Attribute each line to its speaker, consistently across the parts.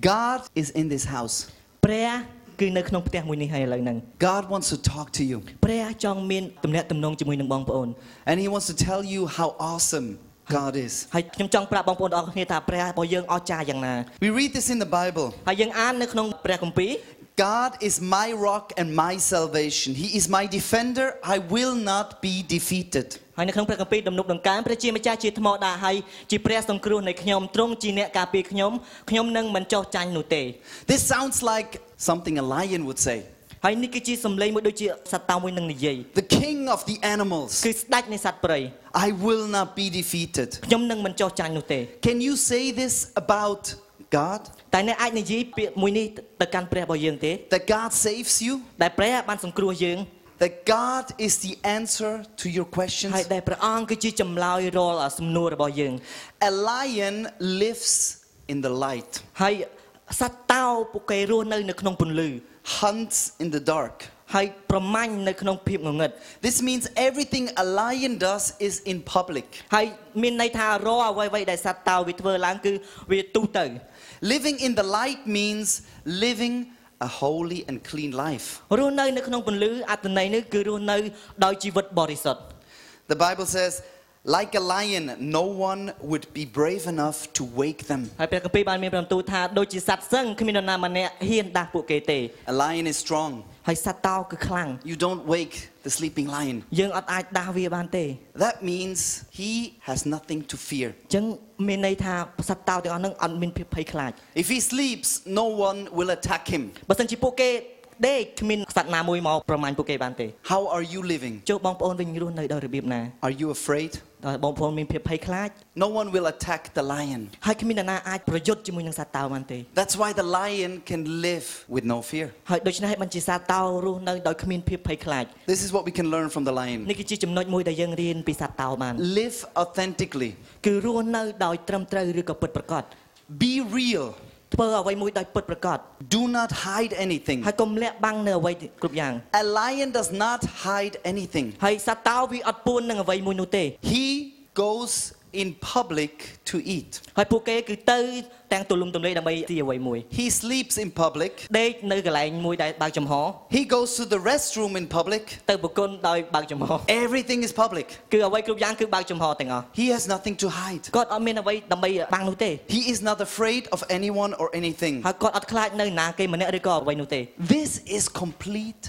Speaker 1: God is in this house.
Speaker 2: ព្រះគឺនៅក្នុងផ្ទះមួយនេះហើយឥឡូវហ្នឹង
Speaker 1: God wants to talk to you,
Speaker 2: ព្រះចង់មានទំនាក់ទំនងជាមួយនឹងបងប្អូន
Speaker 1: and He wants to tell you how awesome God is.
Speaker 2: ហើយខ្ញុំចង់ប្រាប់បងប្អូនទាំងអស់គ្នាថាព្រះរបស់យើងអស្ចារ្យយ៉ាងណា
Speaker 1: We read this in the Bible
Speaker 2: ហើយយើងអាននៅក្នុងព្រះគម្ពីរ
Speaker 1: God is my rock and my salvation. He is my defender. I will not be defeated.
Speaker 2: ហើយនៅក្នុងព្រះគម្ពីរដំណប់ដង្កើមព្រះជាម្ចាស់ជាថ្មដាក់ហើយជាព្រះសង្គ្រោះនៃខ្ញុំទ្រង់ជាអ្នកការពារខ្ញុំខ្ញុំនឹងមិនចោះចាញ់នោះទេ
Speaker 1: This sounds like something a lion would say.
Speaker 2: ហើយនេះគឺជាសម្លេងមួយដូចជាសត្វតោមួយនឹងនិយាយ
Speaker 1: The king of the animals.
Speaker 2: គឺស្ដេចនៃសត្វព្រៃ
Speaker 1: I will not be defeated.
Speaker 2: ខ្ញុំនឹងមិនចោះចាញ់នោះទេ
Speaker 1: Can you say this about God?
Speaker 2: តែអ្នកអាចនិយាយពាក្យមួយនេះទៅកាន់ព្រះរបស់យើងទេ
Speaker 1: That God saves you?
Speaker 2: ដែលព្រះបានសង្គ្រោះយើង
Speaker 1: That God is the answer to your
Speaker 2: ហើយ
Speaker 1: questions?
Speaker 2: ដែលព្រះអង្គគឺជាចម្លើយរាល់សំណួររបស់យើង
Speaker 1: A lion lives in the light.
Speaker 2: ហើយសត្វតោពួកគេរស់នៅនៅក្នុងពន្លឺ
Speaker 1: hunts in the dark.
Speaker 2: ហើយប្រមាញ់នៅក្នុងភាពងងឹត
Speaker 1: This means everything a lion does is in public.
Speaker 2: ហើយមានន័យថារាល់អ្វីៗដែលសត្វតោវាធ្វើឡើងគឺវាទូទៅ
Speaker 1: Living in the light means living a holy and clean life.
Speaker 2: រស់នៅនៅក្នុងពន្លឺអត្តន័យនេះគឺរស់នៅដោយជីវិតបរិសុទ្ធ
Speaker 1: The Bible says, like a lion, no one would be brave enough to wake them.
Speaker 2: ហើយព្រះគម្ពីរបានមានប្រំទូលថាដូចជាសត្វសឹងគ្មាននរណាម្នាក់ហ៊ានដាស់ពួកគេទេ
Speaker 1: A lion is strong.
Speaker 2: ហើយសត្វតោគឺខ្លាំង
Speaker 1: You don't wake the sleeping lion.
Speaker 2: យើងអត់អាចដាស់វាបានទេ
Speaker 1: That means he has nothing to fear.
Speaker 2: អញ្ចឹងមានន័យថាសត្វតោទាំងអស់ហ្នឹងអត់មានភាពភ័យខ្លាច
Speaker 1: If he sleeps, no one will attack him.
Speaker 2: បើសិនជាពួកគេដេកគ្មានសត្វណាមួយមកប្រមាញ់ពួកគេបានទេ
Speaker 1: How are you living?
Speaker 2: ចូលបងប្អូនវិញរស់នៅដោយរបៀបណា
Speaker 1: Are you afraid?
Speaker 2: ដល់បងប្អូនមានភាពភ័យខ្លាច
Speaker 1: No one will attack the lion.
Speaker 2: ហើយគ្មាននរណាអាចប្រយុទ្ធជាមួយនឹងសត្វតោបានទេ
Speaker 1: That's why the lion can live with no fear.
Speaker 2: ហើយដូច្នេះបញ្ជាសត្វតោរស់នៅដោយគ្មានភាពភ័យខ្លាច
Speaker 1: This is what we can learn from the lion.
Speaker 2: នេះគឺជាចំណុចមួយដែលយើងរៀនពីសត្វតោបាន
Speaker 1: Live authentically.
Speaker 2: គឺរស់នៅដោយត្រឹមត្រូវឬក៏ពិតប្រាកដ
Speaker 1: Be real.
Speaker 2: ធ្វើអ្វីមួយដោយពិតប្រាកដ
Speaker 1: Do not hide anything.
Speaker 2: ហើយកុំលាក់បាំងនៅអ្វីគ្រប់យ៉ាង
Speaker 1: A lion does not hide anything.
Speaker 2: ហើយសត្វតោវាអត់ពួននឹងអ្វីមួយនោះទេ
Speaker 1: He goes in public to eat.
Speaker 2: ហើយពួកគេគឺទៅទាំងទូលំទូលាយដើម្បីទីអ្វីមួយ
Speaker 1: He sleeps in public.
Speaker 2: ដេកនៅកន្លែងមួយដែលបើកចំហ
Speaker 1: He goes to the restroom in public.
Speaker 2: ទៅប្រគ ល់ដោយបើកចំហ
Speaker 1: Everything is public.
Speaker 2: គឺអ្វីគ្រប់យ៉ាងគឺបើកចំហទាំងអស់
Speaker 1: He has nothing to hide.
Speaker 2: គាត់អត់មានអ្វីដើម្បីបាំងនោះទេ
Speaker 1: He is not afraid of anyone or anything.
Speaker 2: ហើយគាត់អត់ខ្លាចនៅណាគេម្នាក់ឬក៏អ្វីនោះទេ
Speaker 1: This is complete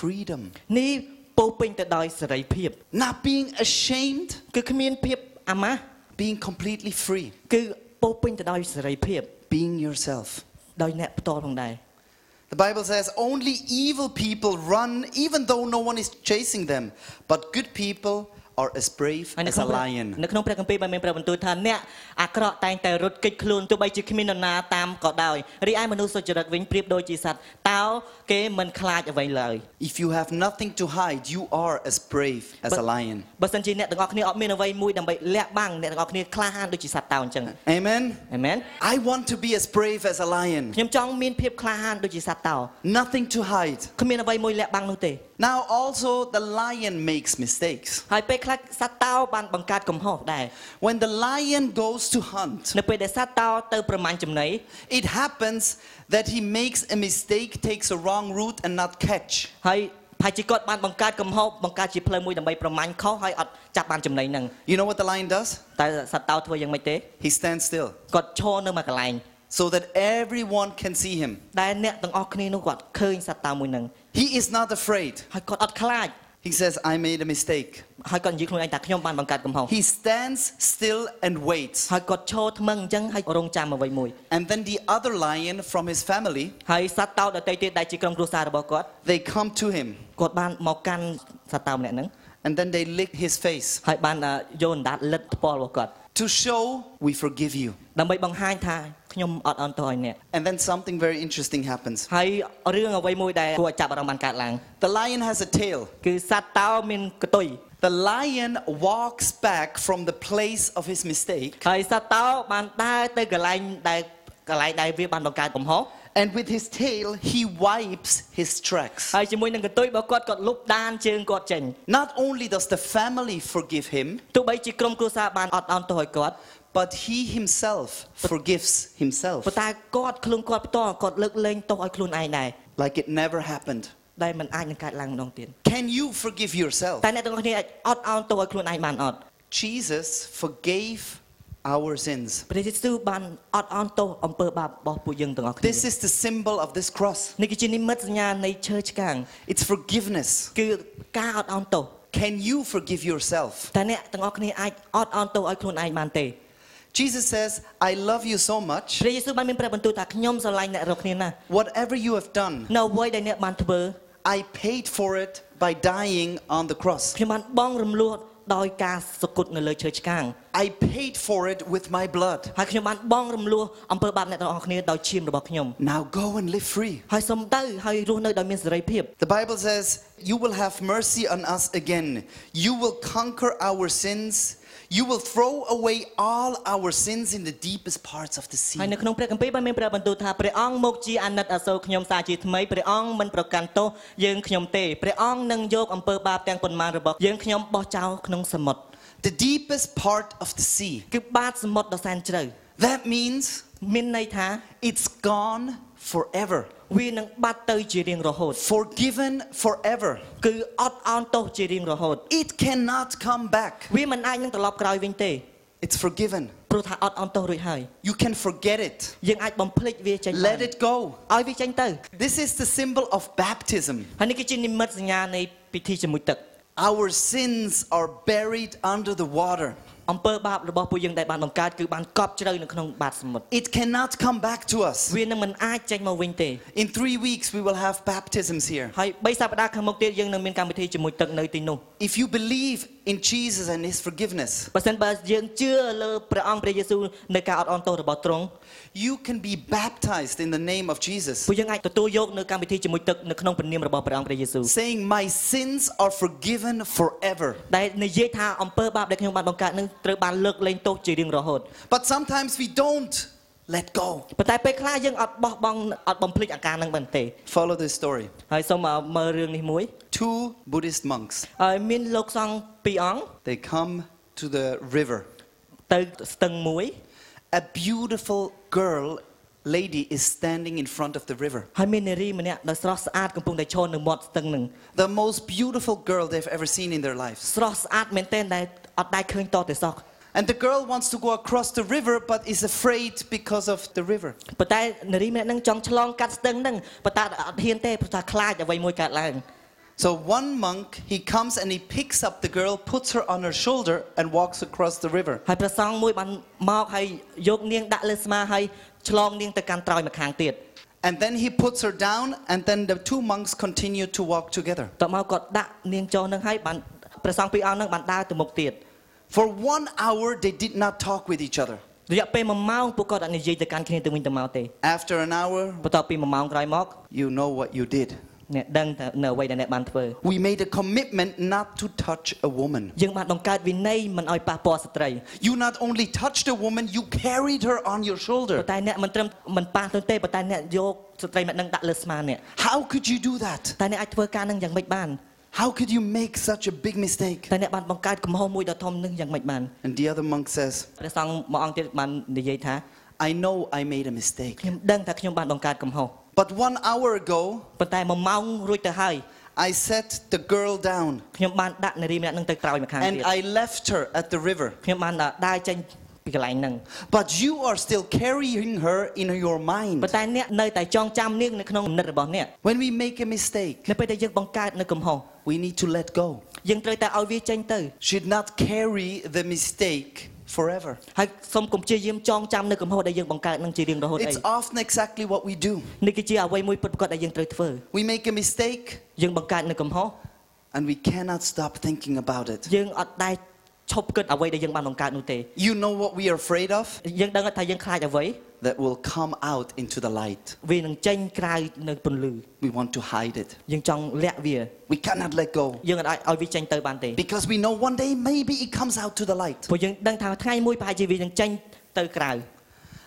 Speaker 1: freedom.
Speaker 2: នេះពោរពេញទៅដោយសេរីភាព
Speaker 1: Not being ashamed,
Speaker 2: គឺគ្មានភាពអាម៉ាស់
Speaker 1: being completely free.
Speaker 2: គឺពោរពេញទៅដោយសេរីភាព
Speaker 1: being yourself.
Speaker 2: ដោយអ្នកផ្ទាល់ផងដែរ
Speaker 1: The Bible says only evil people run even though no one is chasing them, but good people are as brave
Speaker 2: ហើយនៅ
Speaker 1: as
Speaker 2: ក្នុង
Speaker 1: a
Speaker 2: ព្រះ
Speaker 1: lion.
Speaker 2: នៅក្នុងព្រះគម្ពីរបានមានព្រះបន្ទូលថាអ្នកអាក្រក់តែងតែរត់គេចខ្លួនទោះបីជាគ្មាននរណាតាមក៏ដោយរីឯមនុស្សសុចរិតវិញប្រៀបដូចជាសត្វតោគេមិនខ្លាចអ្វីឡើយ
Speaker 1: If you have nothing to hide, you are as brave as a lion.
Speaker 2: បើសិនជាអ្នកទាំងអស់គ្នាអត់មានអ្វីមួយដើម្បីលាក់បាំងអ្នកទាំងអស់គ្នាក្លាហានដូចជាសត្វតោអញ្ចឹង
Speaker 1: Amen.
Speaker 2: អេមែន
Speaker 1: I want to be as brave as a lion.
Speaker 2: ខ្ញុំចង់មានភាពក្លាហានដូចជាសត្វតោ
Speaker 1: Nothing to hide.
Speaker 2: គ្មានអ្វីមួយលាក់បាំងនោះទេ
Speaker 1: Now also the lion makes mistakes.
Speaker 2: ហើយពេលខ្លះសត្វតោបានបង្កើតកំហុសដែរ
Speaker 1: When the lion goes to hunt,
Speaker 2: នៅពេលដែលសត្វតោទៅប្រមាញ់ចំណី
Speaker 1: it happens that he makes a mistake, takes a wrong route and not catch.
Speaker 2: ហើយផាជីគាត់បានបង្កើតកំហុសបង្កើតជាផ្លូវមួយដើម្បីប្រមាញ់ខុសហើយអត់ចាប់បានចំណីហ្នឹង
Speaker 1: You know what the lion does?
Speaker 2: តែសត្វតោធ្វើយ៉ាងម៉េចទេ
Speaker 1: He stands still.
Speaker 2: គាត់ឈរនៅមួយកន្លែង
Speaker 1: so that everyone can see him.
Speaker 2: ដែលអ្នកទាំងអស់គ្នានោះគាត់ឃើញសត្វតោមួយហ្នឹង
Speaker 1: He is not afraid.
Speaker 2: ហើយគាត់អត់ខ្លាច
Speaker 1: He says, I made a mistake.
Speaker 2: ហើយគាត់និយាយខ្លួនឯងថាខ្ញុំបានបង្កើតកំហុស
Speaker 1: He stands still and waits.
Speaker 2: ហើយគាត់ឈរថ្មឹងអញ្ចឹងហើយរងចាំអ្វីមួយ
Speaker 1: And then the other lion from his family,
Speaker 2: ហើយសត្វតោដតៃទៀតដែលជាក្រុមគ្រួសាររបស់គាត់
Speaker 1: they come to him
Speaker 2: គាត់បានមកកាន់សត្វតោម្នាក់ហ្នឹង
Speaker 1: and then they lick his face
Speaker 2: ហើយបានអ่าយកអណ្ដាតលិតថ្ពាល់របស់គាត់
Speaker 1: to show we forgive you.
Speaker 2: ដើម្បីបង្ហាញថាខ្ញុំអត់អន់ទោសឲ្យអ្នក
Speaker 1: And then something very interesting happens.
Speaker 2: ហើយរឿងអ្វីមួយដែលគួរឲ្យចាប់អារម្មណ៍បានកើតឡើង
Speaker 1: The lion has a tail.
Speaker 2: គឺសត្វតោមានកតុយ
Speaker 1: The lion walks back from the place of his mistake,
Speaker 2: ហើយសត្វតោបានដើរទៅកន្លែងដែលកន្លែងដែលវាបានបង្កើតកំហុស
Speaker 1: and with his tail, he wipes his tracks.
Speaker 2: ហើយជាមួយនឹងកតុយរបស់គាត់គាត់លុបដានជើងគាត់ចេញ
Speaker 1: Not only does the family forgive him,
Speaker 2: ទោះបីជាក្រុមគ្រួសារបានអត់អន់ទោសឲ្យគាត់
Speaker 1: but he himself forgives himself
Speaker 2: ប៉ុន្តែគាត់ខ្លួនគាត់ផ្ទាល់គាត់លើកលែងទោសឲ្យខ្លួនឯងដែរ
Speaker 1: like it never happened.
Speaker 2: ដែលมันអាចនឹងកើតឡើងម្ដងទៀត
Speaker 1: Can you forgive yourself?
Speaker 2: តែអ្នកទាំងអស់គ្នាអាចអត់អន់ទោសឲ្យខ្លួនឯងបានអត់
Speaker 1: Jesus forgave our sins.
Speaker 2: ព្រះយេស៊ូវបានអត់អន់ទោសអំពើបាបរបស់ពួកយើងទាំងអស់គ្នា
Speaker 1: This is the symbol of this cross.
Speaker 2: នេះគឺជានិមិត្តសញ្ញានៃឈើឆ្កាង
Speaker 1: It's forgiveness.
Speaker 2: គឺការអត់អន់ទោស
Speaker 1: Can you forgive yourself?
Speaker 2: តែអ្នកទាំងអស់គ្នាអាចអត់អន់ទោសឲ្យខ្លួនឯងបានទេ
Speaker 1: Jesus says, I love you so much.
Speaker 2: ព្រះយេស៊ូវបានមានប្រាប់បន្ទូលថាខ្ញុំស្រឡាញ់អ្នករាល់គ្នាណាស់
Speaker 1: Whatever you have done,
Speaker 2: នៅអ្វីដែលអ្នកបានធ្វើ
Speaker 1: I paid for it by dying on the cross.
Speaker 2: ខ្ញុំបានបងរំលោះដោយការសគត់នៅលើឈើឆ្កាង
Speaker 1: I paid for it with my blood.
Speaker 2: ហើយខ្ញុំបានបងរំលោះអំពើបាបអ្នកទាំងអស់គ្នាដោយឈាមរបស់ខ្ញុំ
Speaker 1: Now go and live free.
Speaker 2: ហើយសំដៅហើយរស់នៅដោយមានសេរីភាព
Speaker 1: The Bible says, You will have mercy on us again. You will conquer our sins. You will throw away all our sins in the deepest parts of the
Speaker 2: ហើយ
Speaker 1: sea.
Speaker 2: នៅក្នុងព្រះគម្ពីរបានមានប្រាប់បន្ទូលថាព្រះអង្គមកជាអាណិតអាសូរខ្ញុំសារជាថ្មីព្រះអង្គមិនប្រកាន់ទោសយើងខ្ញុំទេព្រះអង្គនឹងយកអំពើបាបទាំងប៉ុន្មានរបស់យើងខ្ញុំបោះចោលក្នុងសមុទ្រ
Speaker 1: The deepest part of the sea.
Speaker 2: គឺបាតសមុទ្រដ៏សែនជ្រៅ
Speaker 1: That means
Speaker 2: មានន័យថា
Speaker 1: it's gone forever,
Speaker 2: វានឹងបាត់ទៅជារៀងរហូត
Speaker 1: forgiven forever.
Speaker 2: គឺអត់អន់ទោសជារៀងរហូត
Speaker 1: It cannot come back.
Speaker 2: វាមិនអាចនឹងត្រឡប់ក្រោយវិញទេ
Speaker 1: It's forgiven.
Speaker 2: ព្រោះថាអត់អន់ទោសរួចហើយ
Speaker 1: You can forget it.
Speaker 2: យើងអាចបំភ្លេចវាចេញបាន
Speaker 1: Let it go.
Speaker 2: ឲ្យវាចេញទៅ
Speaker 1: This is the symbol of baptism.
Speaker 2: ហើយនេះគឺជានិមិត្តសញ្ញានៃពិធីជាមួយទឹក
Speaker 1: Our sins are buried under the water.
Speaker 2: អំពើបាបរបស់ពួកយើងដែលបានបង្កើតគឺបានកប់ជ្រៅនៅក្នុងបាតសមុទ្រ
Speaker 1: It cannot come back to us.
Speaker 2: វានឹងមិនអាចចេញមកវិញទេ
Speaker 1: In three weeks, we will have baptisms here.
Speaker 2: ហើយ3សប្តាហ៍ខាងមុខទៀតយើងនឹងមានកម្មវិធីជាមួយទឹកនៅទីនោះ
Speaker 1: If you believe in Jesus and His forgiveness,
Speaker 2: បើសិនបើយើងជឿលើព្រះអង្គព្រះយេស៊ូវនៅការអត់អន់ទោសរបស់ទ្រង់
Speaker 1: you can be baptized in the name of Jesus,
Speaker 2: ពួកយើងអាចទទួលយកនៅកម្មវិធីជាមួយទឹកនៅក្នុងព្រះនាមរបស់ព្រះអង្គព្រះយេស៊ូវ
Speaker 1: saying, My sins are forgiven forever.
Speaker 2: ដែលនិយាយថាអំពើបាបដែលខ្ញុំបានបង្កើតនឹងត្រូវបានលើកលែងទោសជារៀងរហូត
Speaker 1: But sometimes we don't let go.
Speaker 2: ប៉ុន្តែពេលខ្លះយើងអត់បោះបង់អត់បំភ្លេចអាការនឹងបានទេ
Speaker 1: Follow this story.
Speaker 2: ហើយសូមមើលរឿងនេះមួយ
Speaker 1: Two Buddhist monks,
Speaker 2: ហើយមានលោកសង្ឃពីរអង្គ
Speaker 1: they come to the river.
Speaker 2: ទៅស្ទឹងមួយ
Speaker 1: A beautiful girl, lady, is standing in front of the river.
Speaker 2: ហើយមាននារីម្នាក់ដ៏ស្រស់ស្អាតកំពុងតែឈរនៅមាត់ស្ទឹងនឹង
Speaker 1: The most beautiful girl they've ever seen in their lives.
Speaker 2: ស្រស់ស្អាតមែនទែនដែលអត់ដែលឃើញតទៅសោះ
Speaker 1: And the girl wants to go across the river but is afraid because of the river.
Speaker 2: ប៉ុន្តែនារីម្នាក់នឹងចង់ឆ្លងកាត់ស្ទឹងនឹងប៉ុន្តែអត់ហ៊ានទេព្រោះថាខ្លាចអ្វីមួយកើតឡើង
Speaker 1: So one monk, he comes and he picks up the girl, puts her on her shoulder, and walks across the river.
Speaker 2: ហើយព្រះសង្ឃមួយបានមកហើយយកនាងដាក់លើស្មាហើយឆ្លងនាងទៅកាន់ត្រើយម្ខាងទៀត
Speaker 1: And then he puts her down, and then the two monks continue to walk together.
Speaker 2: តមកគាត់ដាក់នាងចោលនឹងហើយបានព្រះសង្ឃពីរអង្គនឹងបានដើរទៅមុខទៀត
Speaker 1: For one hour, they did not talk with each other.
Speaker 2: រយៈពេល1ម៉ោងពួកគាត់អត់និយាយទៅកាន់គ្នាទៅវិញទៅមកទេ
Speaker 1: After an hour,
Speaker 2: បន្ទាប់ពី1ម៉ោងក្រោយមក
Speaker 1: you know what you did.
Speaker 2: អ្នកដឹងថានៅអ្វីដែលអ្នកបានធ្វើ
Speaker 1: We made a commitment not to touch a woman.
Speaker 2: យើងបានបង្កើតវិន័យមិនឲ្យប៉ះពាល់ស្ត្រី
Speaker 1: You not only touched a woman, you carried her on your
Speaker 2: ប៉ុ
Speaker 1: shoulder.
Speaker 2: ន្តែអ្នកមិនត្រឹមមិនប៉ះទៅទេប៉ុន្តែអ្នកយកស្ត្រីម្នាក់នឹងដាក់លើស្មាអ្នក
Speaker 1: How could you do that?
Speaker 2: តែអ្នកអាចធ្វើការនឹងយ៉ាងម៉េចបាន
Speaker 1: How could you make such a big mistake?
Speaker 2: តែអ្នកបានបង្កើតកំហុសមួយដ៏ធំនឹងយ៉ាងម៉េចបាន
Speaker 1: And the other monk says,
Speaker 2: ព្រះសង្ឃមួយអង្គទៀតបាននិយាយថា
Speaker 1: I know I made a mistake.
Speaker 2: ខ្ញុំដឹងថាខ្ញុំបានបង្កើតកំហុស
Speaker 1: But one hour ago,
Speaker 2: ប៉ុន្តែ1ម៉ោងរួចទៅហើយ
Speaker 1: I set the girl down
Speaker 2: ខ្ញុំបានដាក់នារីម្នាក់នឹងទៅក្រោយម្ខាងទៀត
Speaker 1: and I left her at the river.
Speaker 2: ខ្ញុំបានដើរចេញពីកន្លែងហ្នឹង
Speaker 1: But you are still carrying her in your
Speaker 2: ប៉ុ
Speaker 1: mind.
Speaker 2: ន្តែអ្នកនៅតែចងចាំនាងនៅក្នុងគំនិតរបស់អ្នក
Speaker 1: When we make a mistake,
Speaker 2: នៅពេលដែលយើងបង្កើតនៅកំហុស
Speaker 1: we need to let go.
Speaker 2: យើងត្រូវតែឲ្យវាចេញទៅ
Speaker 1: Should not carry the mistake forever.
Speaker 2: ហើយសូមកុំព្យាយាមចងចាំនៅកំហុសដែលយើងបង្កើតនឹងជារៀងរហូតអី
Speaker 1: It's often exactly what we do.
Speaker 2: នេះគឺជាអ្វីមួយពិតប្រាកដដែលយើងត្រូវធ្វើ
Speaker 1: We make a mistake
Speaker 2: យើងបង្កើតនៅកំហុស
Speaker 1: and and we cannot stop thinking about it.
Speaker 2: យើងអត់ដែលឈប់គិតអ្វីដែលយើងបានបង្កើតនោះទេ
Speaker 1: You know what we are afraid of?
Speaker 2: យើងដឹងថាយើងខ្លាចអ្វី
Speaker 1: That will come out into the light.
Speaker 2: វានឹងចេញក្រៅនៅពន្លឺ
Speaker 1: We want to hide it.
Speaker 2: យើងចង់លាក់វា
Speaker 1: We cannot let go
Speaker 2: យើងអត់អាចឲ្យវាចេញទៅបានទេ
Speaker 1: because we know one day maybe it comes out to the light.
Speaker 2: ព្រោះយើងដឹងថាថ្ងៃមួយប្រហែលជាវានឹងចេញទៅក្រៅ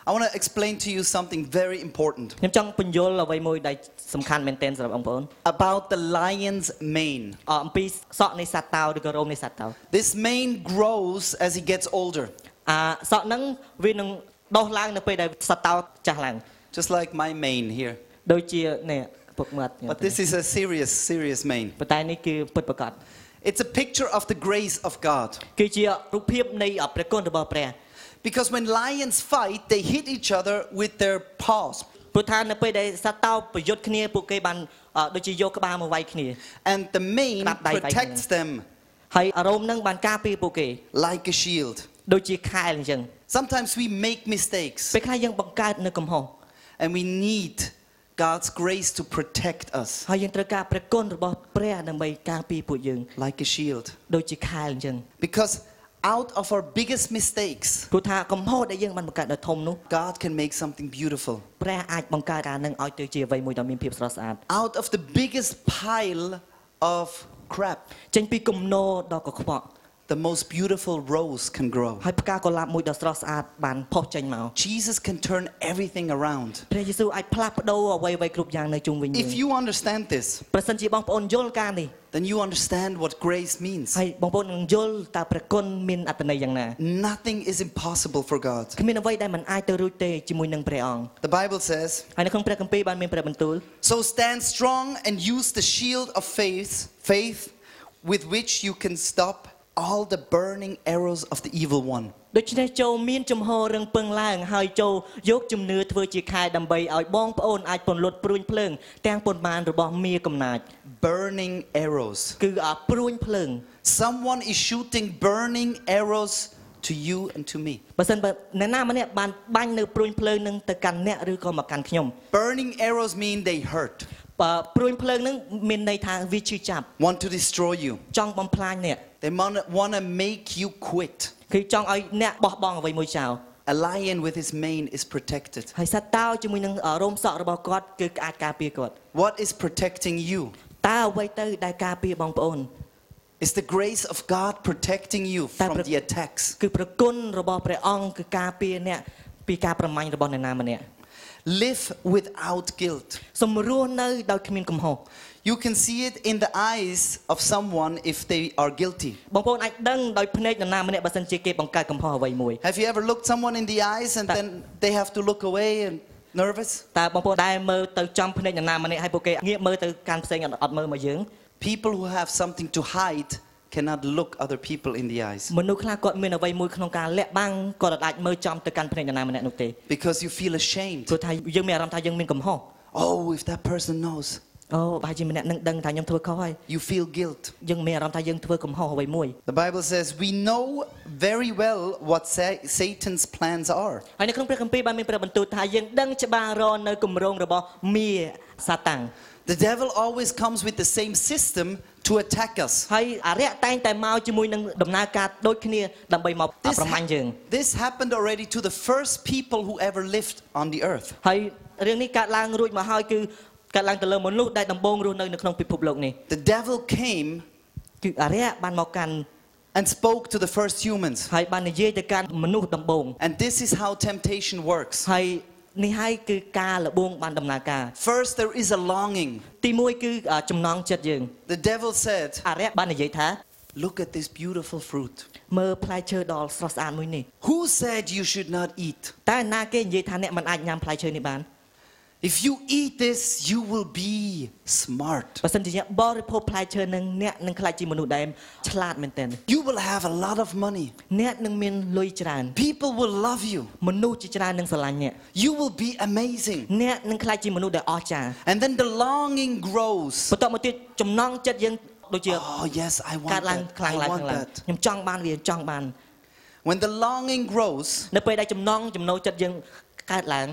Speaker 1: I want to explain to you something very important
Speaker 2: ខ្ញុំចង់បញ្យល់អ្វីមួយដែលសំខាន់មែនទែនសម្រាប់បងប្អូន
Speaker 1: about the lion's mane.
Speaker 2: អអំពីសក់នៃសត្វតោឬក៏រោមនៃសត្វតោ
Speaker 1: This mane grows as he gets older,
Speaker 2: អាសក់ហ្នឹងវានឹងដុះឡើងនៅពេលដែលសត្វតោចាស់ឡើង
Speaker 1: just like my mane here.
Speaker 2: ដូចជានេះពុកមាត់
Speaker 1: But this is a serious, serious mane.
Speaker 2: ប៉ុន្តែនេះគឺពិតប្រាកដ
Speaker 1: It's a picture of the grace of God.
Speaker 2: គឺជារូបភាពនៃព្រះគុណរបស់ព្រះ
Speaker 1: Because when lions fight, they hit each other with their paws.
Speaker 2: ព្រោះថានៅពេលដែលសត្វតោប្រយុទ្ធគ្នាពួកគេបានអ่าដូចជាយកក្បាលមកវាយគ្នា
Speaker 1: And the mane
Speaker 2: Klap dai bai
Speaker 1: protects them
Speaker 2: ហើយអារម្មណ៍ហ្នឹងបានការពារពួកគេ
Speaker 1: like a shield.
Speaker 2: ដូចជាខែលអញ្ចឹង
Speaker 1: Sometimes we make mistakes
Speaker 2: ពេលខ្លះយើងបង្កើតនៅកំហុស
Speaker 1: and we need God's grace to protect us
Speaker 2: ហើយយើងត្រូវការព្រះគុណរបស់ព្រះដើម្បីការពារពួកយើង
Speaker 1: like a shield.
Speaker 2: ដូចជាខែលអញ្ចឹង
Speaker 1: Because out of our biggest mistakes,
Speaker 2: ព្រោះថាកំហុសដែលយើងបានបង្កើតដល់ធំនោះ
Speaker 1: God can make something beautiful.
Speaker 2: ព្រះអាចបង្កើតអានឹងឲ្យទៅជាអ្វីមួយដ៏មានភាពស្រស់ស្អាត
Speaker 1: Out of the biggest pile of crap,
Speaker 2: ចេញពីគំនរដ៏កខ្វក់
Speaker 1: the most beautiful rose can grow.
Speaker 2: ហើយផ្កាកុលាបមួយដ៏ស្រស់ស្អាតបានផុសចេញមក
Speaker 1: Jesus can turn everything around.
Speaker 2: ព្រះយេស៊ូវអាចផ្លាស់ប្ដូរអ្វីៗគ្រប់យ៉ាងនៅជុំវិញយើ
Speaker 1: If
Speaker 2: ង
Speaker 1: you understand this,
Speaker 2: ប្រសិនជាបងប្អូនយល់ការនេះ
Speaker 1: then you understand what grace means.
Speaker 2: ហើយបងប្អូននឹងយល់តើព្រះគុណមានអត្ថន័យយ៉ាងណា
Speaker 1: Nothing is impossible for God.
Speaker 2: គ្មានអ្វីដែលមិនអាចទៅរួចទេជាមួយនឹងព្រះអង្គ
Speaker 1: The Bible says,
Speaker 2: ហើយនៅក្នុងព្រះគម្ពីរបានមានព្រះបន្ទូល
Speaker 1: So stand strong and use the shield of faith, faith with which you can stop all the burning arrows of the evil one.
Speaker 2: ដូច្នេះចូលមានចំហររឹងពឹងឡើងហើយចូលយកជំនឿធ្វើជាខែលដើម្បីឲ្យបងប្អូនអាចពន្លត់ព្រួញភ្លើងទាំងប៉ុន្មានរបស់មារកំណាច
Speaker 1: Burning arrows.
Speaker 2: គឺអាព្រួញភ្លើង
Speaker 1: Someone is shooting burning arrows to you and to me.
Speaker 2: បើសិនបើអ្នកណាម្នាក់បានបាញ់នៅព្រួញភ្លើងនឹងទៅកាន់អ្នកឬក៏មកកាន់ខ្ញុំ
Speaker 1: Burning arrows mean they hurt,
Speaker 2: បើព្រួញភ្លើងនឹងមានន័យថាវាឈឺចាប់
Speaker 1: want to destroy you.
Speaker 2: ចង់បំផ្លាញអ្នក
Speaker 1: They want to make you quit.
Speaker 2: គឺចង់ឲ្យអ្នកបោះបង់អ្វីមួយចោល
Speaker 1: A lion with his mane is protected.
Speaker 2: ហើយសត្វតោជាមួយនឹងរោមសក់របស់គាត់គឺក្អាតការពារគាត់
Speaker 1: What is protecting you?
Speaker 2: តើអ្វីទៅដែលការពារបងប្អូន
Speaker 1: Is the grace of God protecting you
Speaker 2: Ta
Speaker 1: from
Speaker 2: pro-
Speaker 1: the attacks?
Speaker 2: គឺប្រគុណរបស់ព្រះអង្គគឺការពារអ្នកពីការប្រមាញ់របស់អ្នកណាម្នាក់
Speaker 1: Live without guilt.
Speaker 2: សម្រួលនៅដោយគ្មានកំហុស
Speaker 1: You can see it in the eyes of someone if they are guilty.
Speaker 2: បងប្អូនអាចដឹងដោយភ្នែកនរណាម្នាក់បើសិនជាគេបង្កើតកំហុសអ្វីមួយ
Speaker 1: Have you ever looked someone in the eyes and
Speaker 2: Ta-
Speaker 1: then they have to look away and nervous?
Speaker 2: តើបងប្អូនដែលមើលទៅចំភ្នែកនរណាម្នាក់ហើយពួកគេងាកមើលទៅកាន់ផ្សេងអត់អត់មើលមកយើង
Speaker 1: People who have something to hide cannot look other people in the eyes
Speaker 2: មនុស្សខ្លះគាត់មានអ្វីមួយក្នុងការលាក់បាំងគាត់អត់អាចមើលចំទៅកាន់ភ្នែកនរណាម្នាក់នោះទេ
Speaker 1: because you feel ashamed.
Speaker 2: ព្រោះថាយើងមានអារម្មណ៍ថាយើងមានកំហុស
Speaker 1: Oh, if that person knows,
Speaker 2: អូប្រហែលជាម្នាក់នឹងដឹងថាខ្ញុំធ្វើខុសហើយ
Speaker 1: you feel guilt.
Speaker 2: យើងមានអារម្មណ៍ថាយើងធ្វើកំហុសអ្វីមួយ
Speaker 1: The Bible says we know very well what sa- Satan's plans are.
Speaker 2: ហើយនៅក្នុងព្រះគម្ពីរបានមានព្រះបន្ទូលថាយើងដឹងច្បាស់រាល់នៅគម្រោងរបស់មារសាតាំង
Speaker 1: The devil always comes with the same system to attack us.
Speaker 2: ហើយអរិយតែងតែមកជាមួយនឹងដំណើរការដូចគ្នាដើម្បីមកប្រមាញ់យើង
Speaker 1: this happened already to the first people who ever lived on the earth.
Speaker 2: ហើយរឿងនេះកើតឡើងរួចមកហើយគឺកើតឡើងទៅលើមនុស្សដែលដំបូងរស់នៅនៅក្នុងពិភពលោកនេះ
Speaker 1: The devil came
Speaker 2: គឺអរិយបានមកកាន់
Speaker 1: and spoke to the first humans.
Speaker 2: ហើយបាននិយាយទៅកាន់មនុស្សដំបូង
Speaker 1: And this is how temptation works.
Speaker 2: ហើយនេះហើយគឺការលបងបានដំណើរការ
Speaker 1: First, there is a longing.
Speaker 2: ទីមួយគឺអ่าចំណងចិត្តយើង
Speaker 1: The devil said,
Speaker 2: អរិយបាននិយាយថា
Speaker 1: Look at this beautiful fruit.
Speaker 2: មើលផ្លែឈើដ៏ស្រស់ស្អាតមួយនេះ
Speaker 1: Who said you should not eat?
Speaker 2: តើណាគេនិយាយថាអ្នកមិនអាចញ៉ាំផ្លែឈើនេះបាន
Speaker 1: If you eat this, you will be smart.
Speaker 2: បើសិនជាអ្នកបរិភោគផ្លែឈើនឹងអ្នកនឹងខ្លាចជាមនុស្សដែលឆ្លាតមែនទែន
Speaker 1: You will have a lot of money.
Speaker 2: អ្នកនឹងមានលុយច្រើន
Speaker 1: People will love you.
Speaker 2: មនុស្សជាច្រើននឹងស្រឡាញ់អ្នក
Speaker 1: You will be amazing.
Speaker 2: អ្នកនឹងខ្លាចជាមនុស្សដែលអស្ចារ្យ
Speaker 1: And then the longing grows.
Speaker 2: បន្ទាប់មកទៀតចំណងចិត្តយើងដូចជា
Speaker 1: Oh, yes, I
Speaker 2: កា
Speaker 1: want
Speaker 2: ត់ឡើង
Speaker 1: that.
Speaker 2: ខ្លាំង
Speaker 1: I
Speaker 2: ឡើង
Speaker 1: want
Speaker 2: ខ្លាំងឡើង
Speaker 1: that.
Speaker 2: ខ្ញុំចង់បានវាចង់បាន
Speaker 1: When the longing grows,
Speaker 2: នៅពេលដែលចំណងចំណូលចិត្តយើងកើតឡើង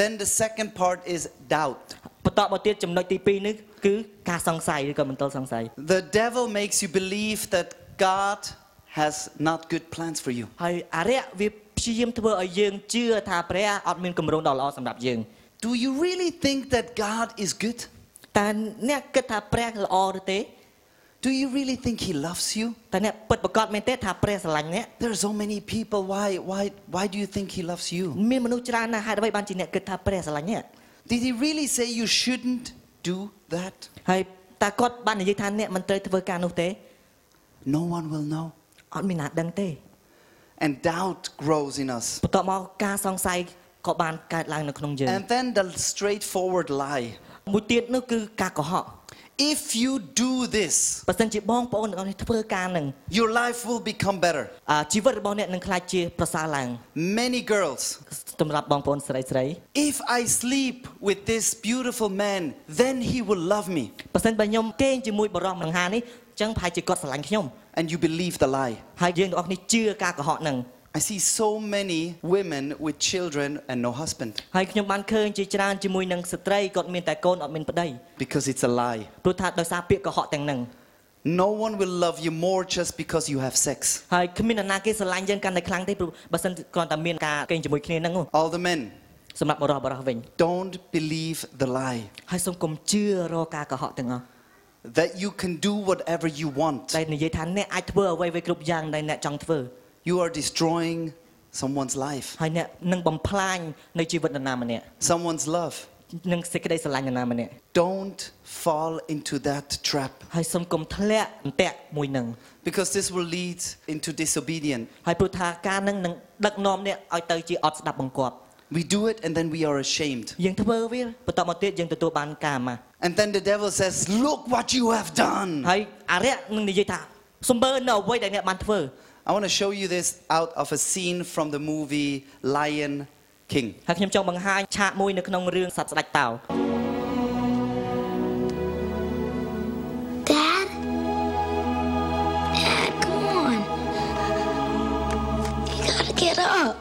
Speaker 1: then the second part is doubt.
Speaker 2: បន្ទាប់មកទៀតចំណុចទី2នេះ គឺការសង្ស័យឬក៏មិនទាន់សង្ស័យ
Speaker 1: The devil makes you believe that God has not good plans for you.
Speaker 2: ហើយអរិយវាព្យាយាមធ្វើឲ្យយើងជឿថាព្រះអត់មានគម្រោងដ៏ល្អសម្រាប់យើង
Speaker 1: Do you really think that God is good?
Speaker 2: តើអ្នកគិតថាព្រះល្អឬទេ
Speaker 1: Do you really think he loves you?
Speaker 2: តើអ្នកពិតប្រាកដមែនទេថាព្រះស្រឡាញ់អ្នក
Speaker 1: There are so many people. Why, why, why do you think he loves you?
Speaker 2: មានមនុស្សច្រើនណាស់ហេតុអ្វីបានជាអ្នកគិតថាព្រះស្រឡាញ់អ្នក
Speaker 1: Did he really say you shouldn't do that?
Speaker 2: ហើយតើគាត់បាននិយាយថាអ្នកមិនត្រូវធ្វើការនោះទេ
Speaker 1: No one will know.
Speaker 2: អត់មានណាដឹងទេ
Speaker 1: And doubt grows in us.
Speaker 2: បន្ទាប់មកការសង្ស័យក៏បានកើតឡើងនៅក្នុងយើង
Speaker 1: And then the straightforward lie.
Speaker 2: មួយទៀតនោះគឺការកុហក
Speaker 1: If you do this,
Speaker 2: បើសិនជាបងប្អូនទាំងអស់នេះធ្វើការនឹង
Speaker 1: your life will become better.
Speaker 2: អ่าជីវិតរបស់អ្នកនឹងខ្លាចជាប្រសើរឡើង
Speaker 1: Many girls,
Speaker 2: សម្រាប់បងប្អូនស្រីស្រី
Speaker 1: if I sleep with this beautiful man, then he will love me.
Speaker 2: បើសិនបើខ្ញុំគេងជាមួយបរិសម្ដងហានេះអញ្ចឹងប្រហែលជាគាត់ស្រឡាញ់ខ្ញុំ
Speaker 1: And you believe the lie.
Speaker 2: ហើយយើងទាំងអស់នេះជឿការកុហកនឹង
Speaker 1: I see so many women with children and no husband
Speaker 2: ហើយខ្ញុំបានឃើញជាច្រើនជាមួយនឹងស្ត្រីគាត់មានតែកូនអត់មានប្តី
Speaker 1: because it's a lie.
Speaker 2: ព្រោះថាដោយសារពាក្យកុហកទាំងហ្នឹង
Speaker 1: No one will love you more just because you have sex.
Speaker 2: ហើយគ្មាននរណាគេស្រឡាញ់យើងកាន់តែខ្លាំងទេព្រោះបើសិនគ្រាន់តែមានការគេងជាមួយគ្នាហ្នឹង
Speaker 1: All the men,
Speaker 2: សម្រាប់បរិសបរិសវិញ
Speaker 1: don't believe the lie
Speaker 2: ហើយសូមកុំជឿរកការកុហកទាំងអស់
Speaker 1: that you can do whatever you want.
Speaker 2: ដែលនិយាយថាអ្នកអាចធ្វើអ្វីៗគ្រប់យ៉ាងដែលអ្នកចង់ធ្វើ
Speaker 1: You are destroying someone's life,
Speaker 2: ហើយអ្នកនឹងបំផ្លាញនៅជីវិតនរណាម្នាក់
Speaker 1: someone's love.
Speaker 2: នឹងសេចក្តីស្រឡាញ់នរណាម្នាក់
Speaker 1: Don't fall into that trap
Speaker 2: ហើយសូមកុំធ្លាក់អន្ទាក់មួយនឹង
Speaker 1: because this will lead into disobedience.
Speaker 2: ហើយព្រោះថាការនឹងនឹងដឹកនាំអ្នកឲ្យទៅជាអត់ស្ដាប់បង្គាប់
Speaker 1: We do it and then we are ashamed.
Speaker 2: យើងធ្វើវាបន្តមកទៀតយើងទទួលបានការអាម៉ាស់
Speaker 1: And then the devil says, Look what you have done.
Speaker 2: ហើយអរិយនឹងនិយាយថាសំបើនៅអ្វីដែលអ្នកបានធ្វើ
Speaker 1: I want to show you this out of a scene from the movie Lion King.
Speaker 2: ហើយខ្ញុំចង់បង្ហាញឆាកមួយនៅក្នុងរឿងសត្វស្ដេចតោ
Speaker 3: Dad? Dad, come on. You gotta get up.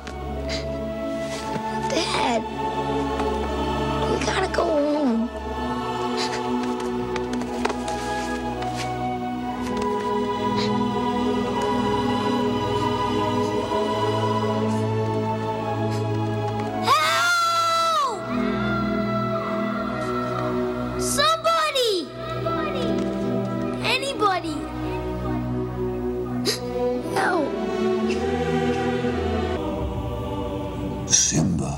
Speaker 3: Dad, we gotta go home. Help! Somebody! Anybody! Help!
Speaker 4: Simba,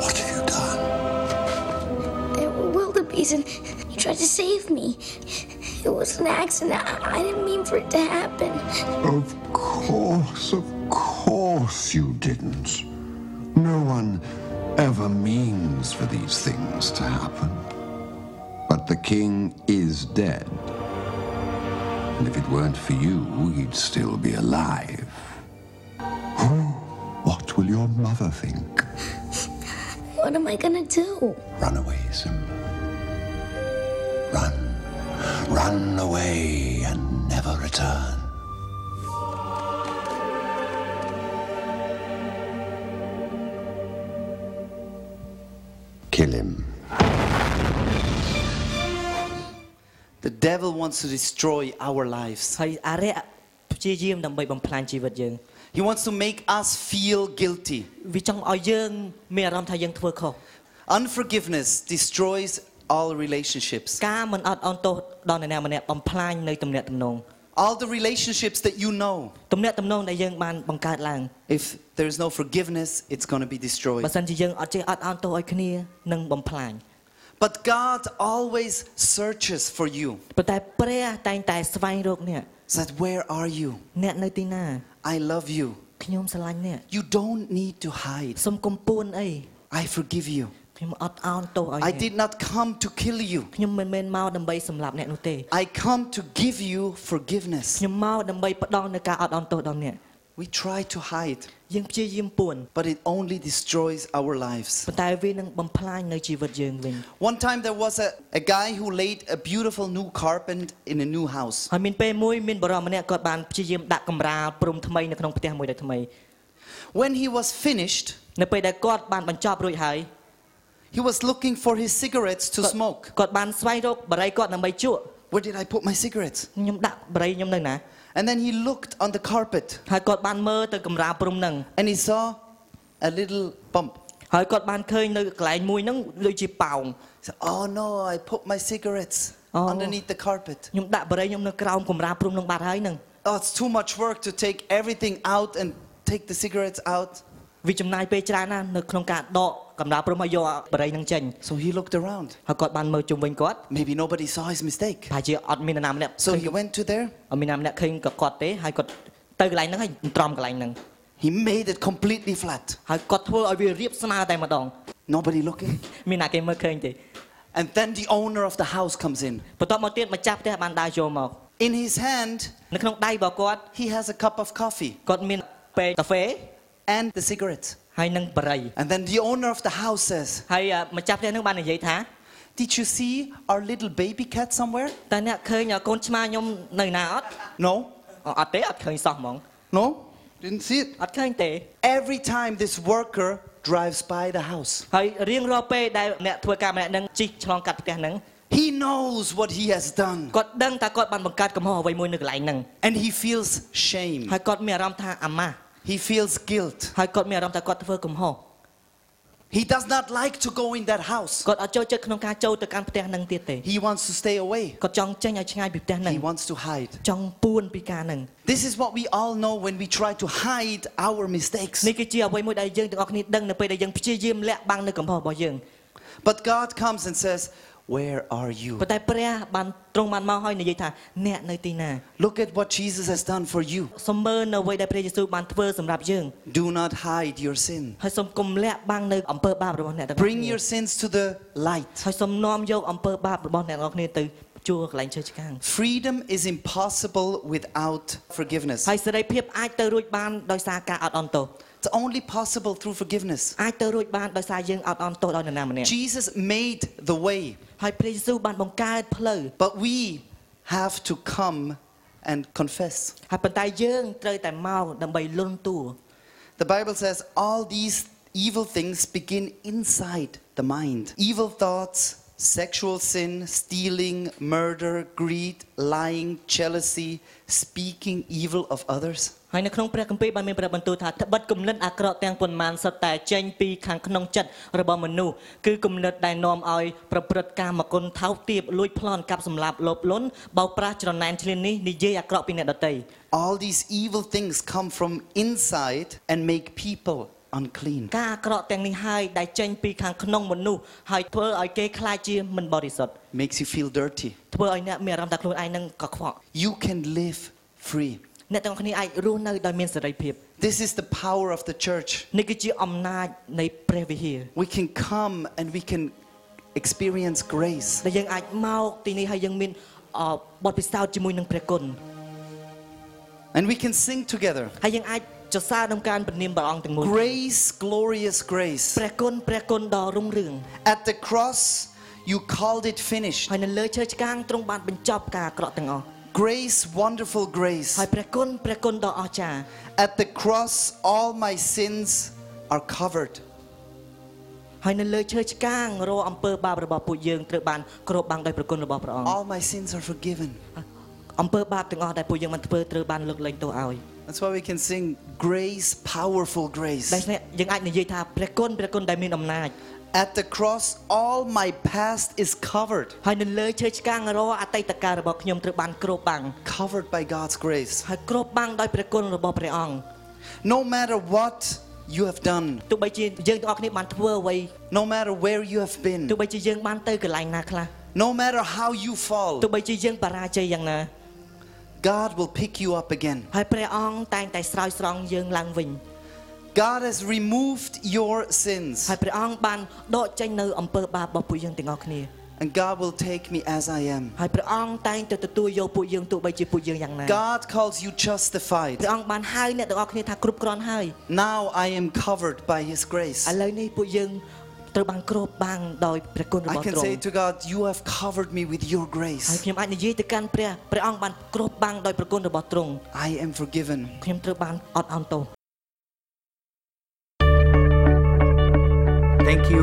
Speaker 4: what have you done?
Speaker 3: There were wildebeest, and he tried to save me. It was an accident. I I didn't mean for it to happen.
Speaker 4: Of course, of course you didn't. No one ever means for these things to happen. But the king is dead. And if it weren't for you, he'd still be alive. Oh, what will your mother think?
Speaker 3: What am I gonna do?
Speaker 4: Run away, Simba. Hmm. Run. Run away and never return. Kill him.
Speaker 1: The devil wants to destroy our lives.
Speaker 2: ហើយអរិយព្យាយាមដើម្បីបំផ្លាញជីវិតយើង
Speaker 1: He wants to make us feel guilty.
Speaker 2: វាចង់ឲ្យយើងមានអារម្មណ៍ថាយើងធ្វើខុស
Speaker 1: Unforgiveness destroys all relationships.
Speaker 2: ការមិនអត់អន់ទោសដល់អ្នកណាម្នាក់បំផ្លាញនៅទំនាក់ទំនង
Speaker 1: All the relationships that you know,
Speaker 2: ទំនាក់ទំនងដែលយើងបានបង្កើតឡើង
Speaker 1: if there is no forgiveness, it's going to be
Speaker 2: បើ
Speaker 1: destroyed.
Speaker 2: សិនជាយើងអត់ចេះអត់អន់ទោសឲ្យគ្នានឹងបំផ្លាញ
Speaker 1: But God always searches for you.
Speaker 2: ប៉ុន្តែព្រះតែងតែស្វែងរកអ្នក
Speaker 1: Said, Where are you?
Speaker 2: អ្នកនៅទីណា
Speaker 1: I love you.
Speaker 2: ខ្ញុំស្រឡាញ់អ្នក
Speaker 1: You don't need to hide.
Speaker 2: សុំកុំពួនអី
Speaker 1: I forgive you.
Speaker 2: ខ្ញុំអត់អន់ទោសឲ្យ
Speaker 1: I
Speaker 2: អ្នក
Speaker 1: did not come to kill you.
Speaker 2: ខ្ញុំមិនមែនមកដើម្បីសម្លាប់អ្នកនោះទេ
Speaker 1: I come to give you forgiveness.
Speaker 2: ខ្ញុំមកដើម្បីផ្ដល់នូវការអត់អន់ទោសដល់អ្នក
Speaker 1: We try to hide,
Speaker 2: យើងព្យាយាមពួន
Speaker 1: but it only destroys our lives.
Speaker 2: ប៉ុន្តែវានឹងបំផ្លាញនៅជីវិតយើងវិញ
Speaker 1: One time there was a, a guy who laid a beautiful new carpet in a new house.
Speaker 2: ហើយមានពេលមួយមានបរិសម្នាក់គាត់បានព្យាយាមដាក់កម្រាលព្រំថ្មីនៅក្នុងផ្ទះមួយដែលថ្មី
Speaker 1: When he was finished,
Speaker 2: នៅពេលដែលគាត់បានបញ្ចប់រួចហើយ
Speaker 1: He was looking for his cigarettes to smoke.
Speaker 2: គាត់បានស្វែងរកបរិយគាត់ដើម្បីជក់
Speaker 1: Where did I put my cigarettes?
Speaker 2: ខ្ញុំដាក់បរិយខ្ញុំនៅណា
Speaker 1: And then he looked on the carpet
Speaker 2: ហើយគាត់បានមើលទៅកម្រាលព្រំហ្នឹង
Speaker 1: and he saw a little bump.
Speaker 2: ហើយគាត់បានឃើញនៅកន្លែងមួយហ្នឹងដូចជាប៉ោង
Speaker 1: He said, Oh no, I put my cigarettes
Speaker 2: Oh.
Speaker 1: underneath the carpet.
Speaker 2: ខ្ញុំដាក់បរិយខ្ញុំនៅក្រោមកម្រាលព្រំហ្នឹងបាត់ហើយហ្នឹង
Speaker 1: Oh, it's too much work to take everything out and take the cigarettes out.
Speaker 2: វាចំណាយពេលច្រើនណាស់នៅក្នុងការដកកម្រាលព្រំឲ្យយកបរិយហ្នឹងចេញ
Speaker 1: So he looked around.
Speaker 2: ហើយគាត់បានមើលជុំវិញគាត់
Speaker 1: Maybe nobody saw his mistake.
Speaker 2: ថាជាអត់មាននរណាម្នាក់
Speaker 1: So he went to there.
Speaker 2: អត់មានណាម្នាក់ឃើញក៏គាត់ទេហើយគាត់ទៅកន្លែងហ្នឹងហើយត្រំកន្លែងហ្នឹង
Speaker 1: He made it completely flat.
Speaker 2: ហើយគាត់ធ្វើឲ្យវារៀបស្មើតែម្ដង
Speaker 1: Nobody looking.
Speaker 2: មានណាគេមើលឃើញទេ
Speaker 1: And then the owner of the house comes in.
Speaker 2: បន្ទាប់មកទៀតម្ចាស់ផ្ទះបានដើរចូលមក
Speaker 1: In his hand,
Speaker 2: នៅក្នុងដៃរបស់គាត់
Speaker 1: he has a cup of coffee
Speaker 2: គាត់មានពេកកាហ្វេ
Speaker 1: and the cigarettes.
Speaker 2: ហើយនឹងបរិយ
Speaker 1: And then the owner of the house says,
Speaker 2: ហើយអ่ะម្ចាស់ផ្ទះហ្នឹងបាននិយាយថា
Speaker 1: Did you see our little baby cat somewhere?
Speaker 2: តើអ្នកឃើញកូនឆ្មាខ្ញុំនៅណាអត់
Speaker 1: No.
Speaker 2: អត់ទេអត់ឃើញសោះហ្មង
Speaker 1: No? Didn't see it.
Speaker 2: អត់ឃើញទេ
Speaker 1: Every time this worker drives by the house,
Speaker 2: ហើយរៀងរាល់ពេលដែលអ្នកធ្វើការម្នាក់ហ្នឹងជីកឆ្លងកាត់ផ្ទះហ្នឹង
Speaker 1: he knows what he has done
Speaker 2: គាត់ដឹងថាគាត់បានបង្កើតកំហុសអ្វីមួយនៅកន្លែងហ្នឹង
Speaker 1: and he feels shame.
Speaker 2: ហើយគាត់មានអារម្មណ៍ថាអាម៉ាស់
Speaker 1: He feels guilt.
Speaker 2: ហើយគាត់មានអារម្មណ៍ថាគាត់ធ្វើកំហុស
Speaker 1: He does not like to go in that house.
Speaker 2: គាត់អត់ចូលចិត្តក្នុងការចូលទៅកាន់ផ្ទះហ្នឹងទៀតទេ
Speaker 1: He wants to stay away.
Speaker 2: គាត់ចង់ចេញឲ្យឆ្ងាយពីផ្ទះហ្នឹង
Speaker 1: He wants to hide.
Speaker 2: ចង់ពួនពីការហ្នឹង
Speaker 1: This is what we all know when we try to hide our mistakes.
Speaker 2: នេះគឺជាអ្វីមួយដែលយើងទាំងអស់គ្នាដឹងនៅពេលដែលយើងព្យាយាមលាក់បាំងនៅកំហុសរបស់យើង
Speaker 1: But God comes and says, Where are you?
Speaker 2: ប៉ុន្តែព្រះបានទ្រង់បានមកហើយនិយាយថាអ្នកនៅទីណា
Speaker 1: Look at what Jesus has done for you.
Speaker 2: សូមមើលនៅអ្វីដែលព្រះយេស៊ូវបានធ្វើសម្រាប់យើង
Speaker 1: Do not hide your sin.
Speaker 2: ហើយសូមគុំលាក់បាំងនៅអំពើបាបរបស់អ្នកទាំងអស់
Speaker 1: Bring
Speaker 2: គ្នា
Speaker 1: your sins to the light.
Speaker 2: ហើយសូមនាំយកអំពើបាបរបស់អ្នកទាំងអស់គ្នាទៅជួកន្លែងឈើឆ្កាង
Speaker 1: Freedom is impossible without forgiveness.
Speaker 2: ហើយសេរីភាពអាចទៅរួចបានដោយសារការអត់អន់ទោស
Speaker 1: It's only possible through forgiveness.
Speaker 2: អាចទៅរួចបានដោយសារយើងអត់អន់ទោសដល់នរណាម្នាក់
Speaker 1: Jesus made the way,
Speaker 2: ហើយព្រះយេស៊ូវបានបង្កើតផ្លូវ
Speaker 1: but we have to come and confess.
Speaker 2: ហើយប៉ុន្តែយើងត្រូវតែមកដើម្បីលន់តួ
Speaker 1: The Bible says all these evil things begin inside the mind. Evil thoughts, sexual sin, stealing, murder, greed, lying, jealousy, speaking evil of others.
Speaker 2: ហើយនៅក្នុងព្រះគម្ពីរបានមានព្រះបន្ទូលថាត្បិតគំនិតអាក្រក់ទាំងប៉ុន្មានសុទ្ធតែចេញពីខាងក្នុងចិត្តរបស់មនុស្សគឺគំនិតដែលនាំឲ្យប្រព្រឹត្តកាមគុណថោកទាបលួចប្លន់កាប់សម្លាប់លោភលន់បោកប្រាស់ច្រណែនឈ្លាននេះនិយាយអាក្រក់ពីអ្នកដទៃ
Speaker 1: All these evil things come from inside and make people unclean.
Speaker 2: ការអាក្រក់ទាំងនេះហើយដែលចេញពីខាងក្នុងមនុស្សហើយធ្វើឲ្យគេខ្លាចជាមិនបរិសុទ្ធ
Speaker 1: makes you feel dirty.
Speaker 2: ធ្វើឲ្យអ្នកមានអារម្មណ៍ថាខ្លួនឯងនឹងកខ្វក់
Speaker 1: You can live free.
Speaker 2: អ្នកទាំងអស់គ្នាអាចរស់នៅដោយមានសេរីភាព
Speaker 1: This is the power of the church.
Speaker 2: នេះគឺជាអំណាចនៃព្រះវិហារ
Speaker 1: We can come and we can experience grace.
Speaker 2: ដែលយើងអាចមកទីនេះហើយយើងមានអបទពិសោធន៍ជាមួយនឹងព្រះគុណ
Speaker 1: And we can sing together.
Speaker 2: ហើយយើងអាចចសារក្នុងការព្រានាមព្រះអង្គទាំងមួយ
Speaker 1: Grace, glorious grace.
Speaker 2: ព្រះគុណព្រះគុណដ៏រុងរឿង
Speaker 1: At the cross, you called it finished.
Speaker 2: ហើយនៅលើឈើឆ្កាងទ្រង់បានបញ្ចប់ការអាក្រក់ទាំងអស់
Speaker 1: Grace, wonderful
Speaker 2: ហើ
Speaker 1: grace.
Speaker 2: យព្រះគុណព្រះគុណដ៏អស្ចារ្យ
Speaker 1: At the cross, all my sins are covered.
Speaker 2: ហើយនៅលើឈើឆ្កាងរាល់អំពើបាបរបស់ពួកយើងត្រូវបានគ្របបាំងដោយព្រះគុណរបស់ព្រះអង្គ
Speaker 1: All my sins are forgiven.
Speaker 2: អំពើបាបទាំងអស់ដែលពួកយើងបានធ្វើត្រូវបានលើកលែងទោសឲ្យ
Speaker 1: That's why we can sing grace, powerful
Speaker 2: ដូ
Speaker 1: grace.
Speaker 2: ច្នេះយើងអាចនិយាយថាព្រះគុណព្រះគុណដែលមានអំណាច
Speaker 1: At the cross, all my past is covered.
Speaker 2: ហើយនៅលើឈើឆ្កាងរាល់អតីតកាលរបស់ខ្ញុំត្រូវបានគ្របបាំង
Speaker 1: covered by God's grace.
Speaker 2: ហើយគ្របបាំងដោយព្រះគុណរបស់ព្រះអង្គ
Speaker 1: No matter what you have done,
Speaker 2: ទោះបីជាយើងទាំងអស់គ្នាបានធ្វើអ្វី
Speaker 1: no matter where you have
Speaker 2: ទោះ
Speaker 1: been,
Speaker 2: បីជាយើងបានទៅកន្លែងណាខ្លះ
Speaker 1: no matter how you
Speaker 2: ទោះ
Speaker 1: fall,
Speaker 2: បីជាយើងបរាជ័យយ៉ាងណា
Speaker 1: God will pick you up again.
Speaker 2: ហើយព្រះអង្គតែងតែស្រោចស្រង់យើងឡើងវិញ
Speaker 1: God has removed your sins,
Speaker 2: ហើយព្រះអង្គបានដកចេញនៅអំពើបាបរបស់ពួកយើងទាំងអស់គ្នា
Speaker 1: and God will take me as I am.
Speaker 2: ហើយព្រះអង្គតែងតែទទួលយកពួកយើងទោះបីជាពួកយើងយ៉ាងណា
Speaker 1: God calls you justified.
Speaker 2: ព្រះអង្គបានហៅអ្នកទាំងអស់គ្នាថាគ្រប់គ្រាន់ហើយ
Speaker 1: Now I am covered by His grace.
Speaker 2: ឥឡូវនេះពួកយើងត្រូវបានគ្របបាំងដោយព្រះគុណ
Speaker 1: I
Speaker 2: របស់
Speaker 1: can
Speaker 2: ទ្រង់
Speaker 1: say to God, You have covered me with your
Speaker 2: ហើយ
Speaker 1: grace.
Speaker 2: ខ្ញុំអាចនិយាយទៅកាន់ព្រះព្រះអង្គបានគ្របបាំងដោយព្រះគុណរបស់ទ្រង់
Speaker 1: I am forgiven.
Speaker 2: ខ្ញុំត្រូវបានអត់អន់ទោស
Speaker 5: Thank you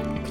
Speaker 6: ខ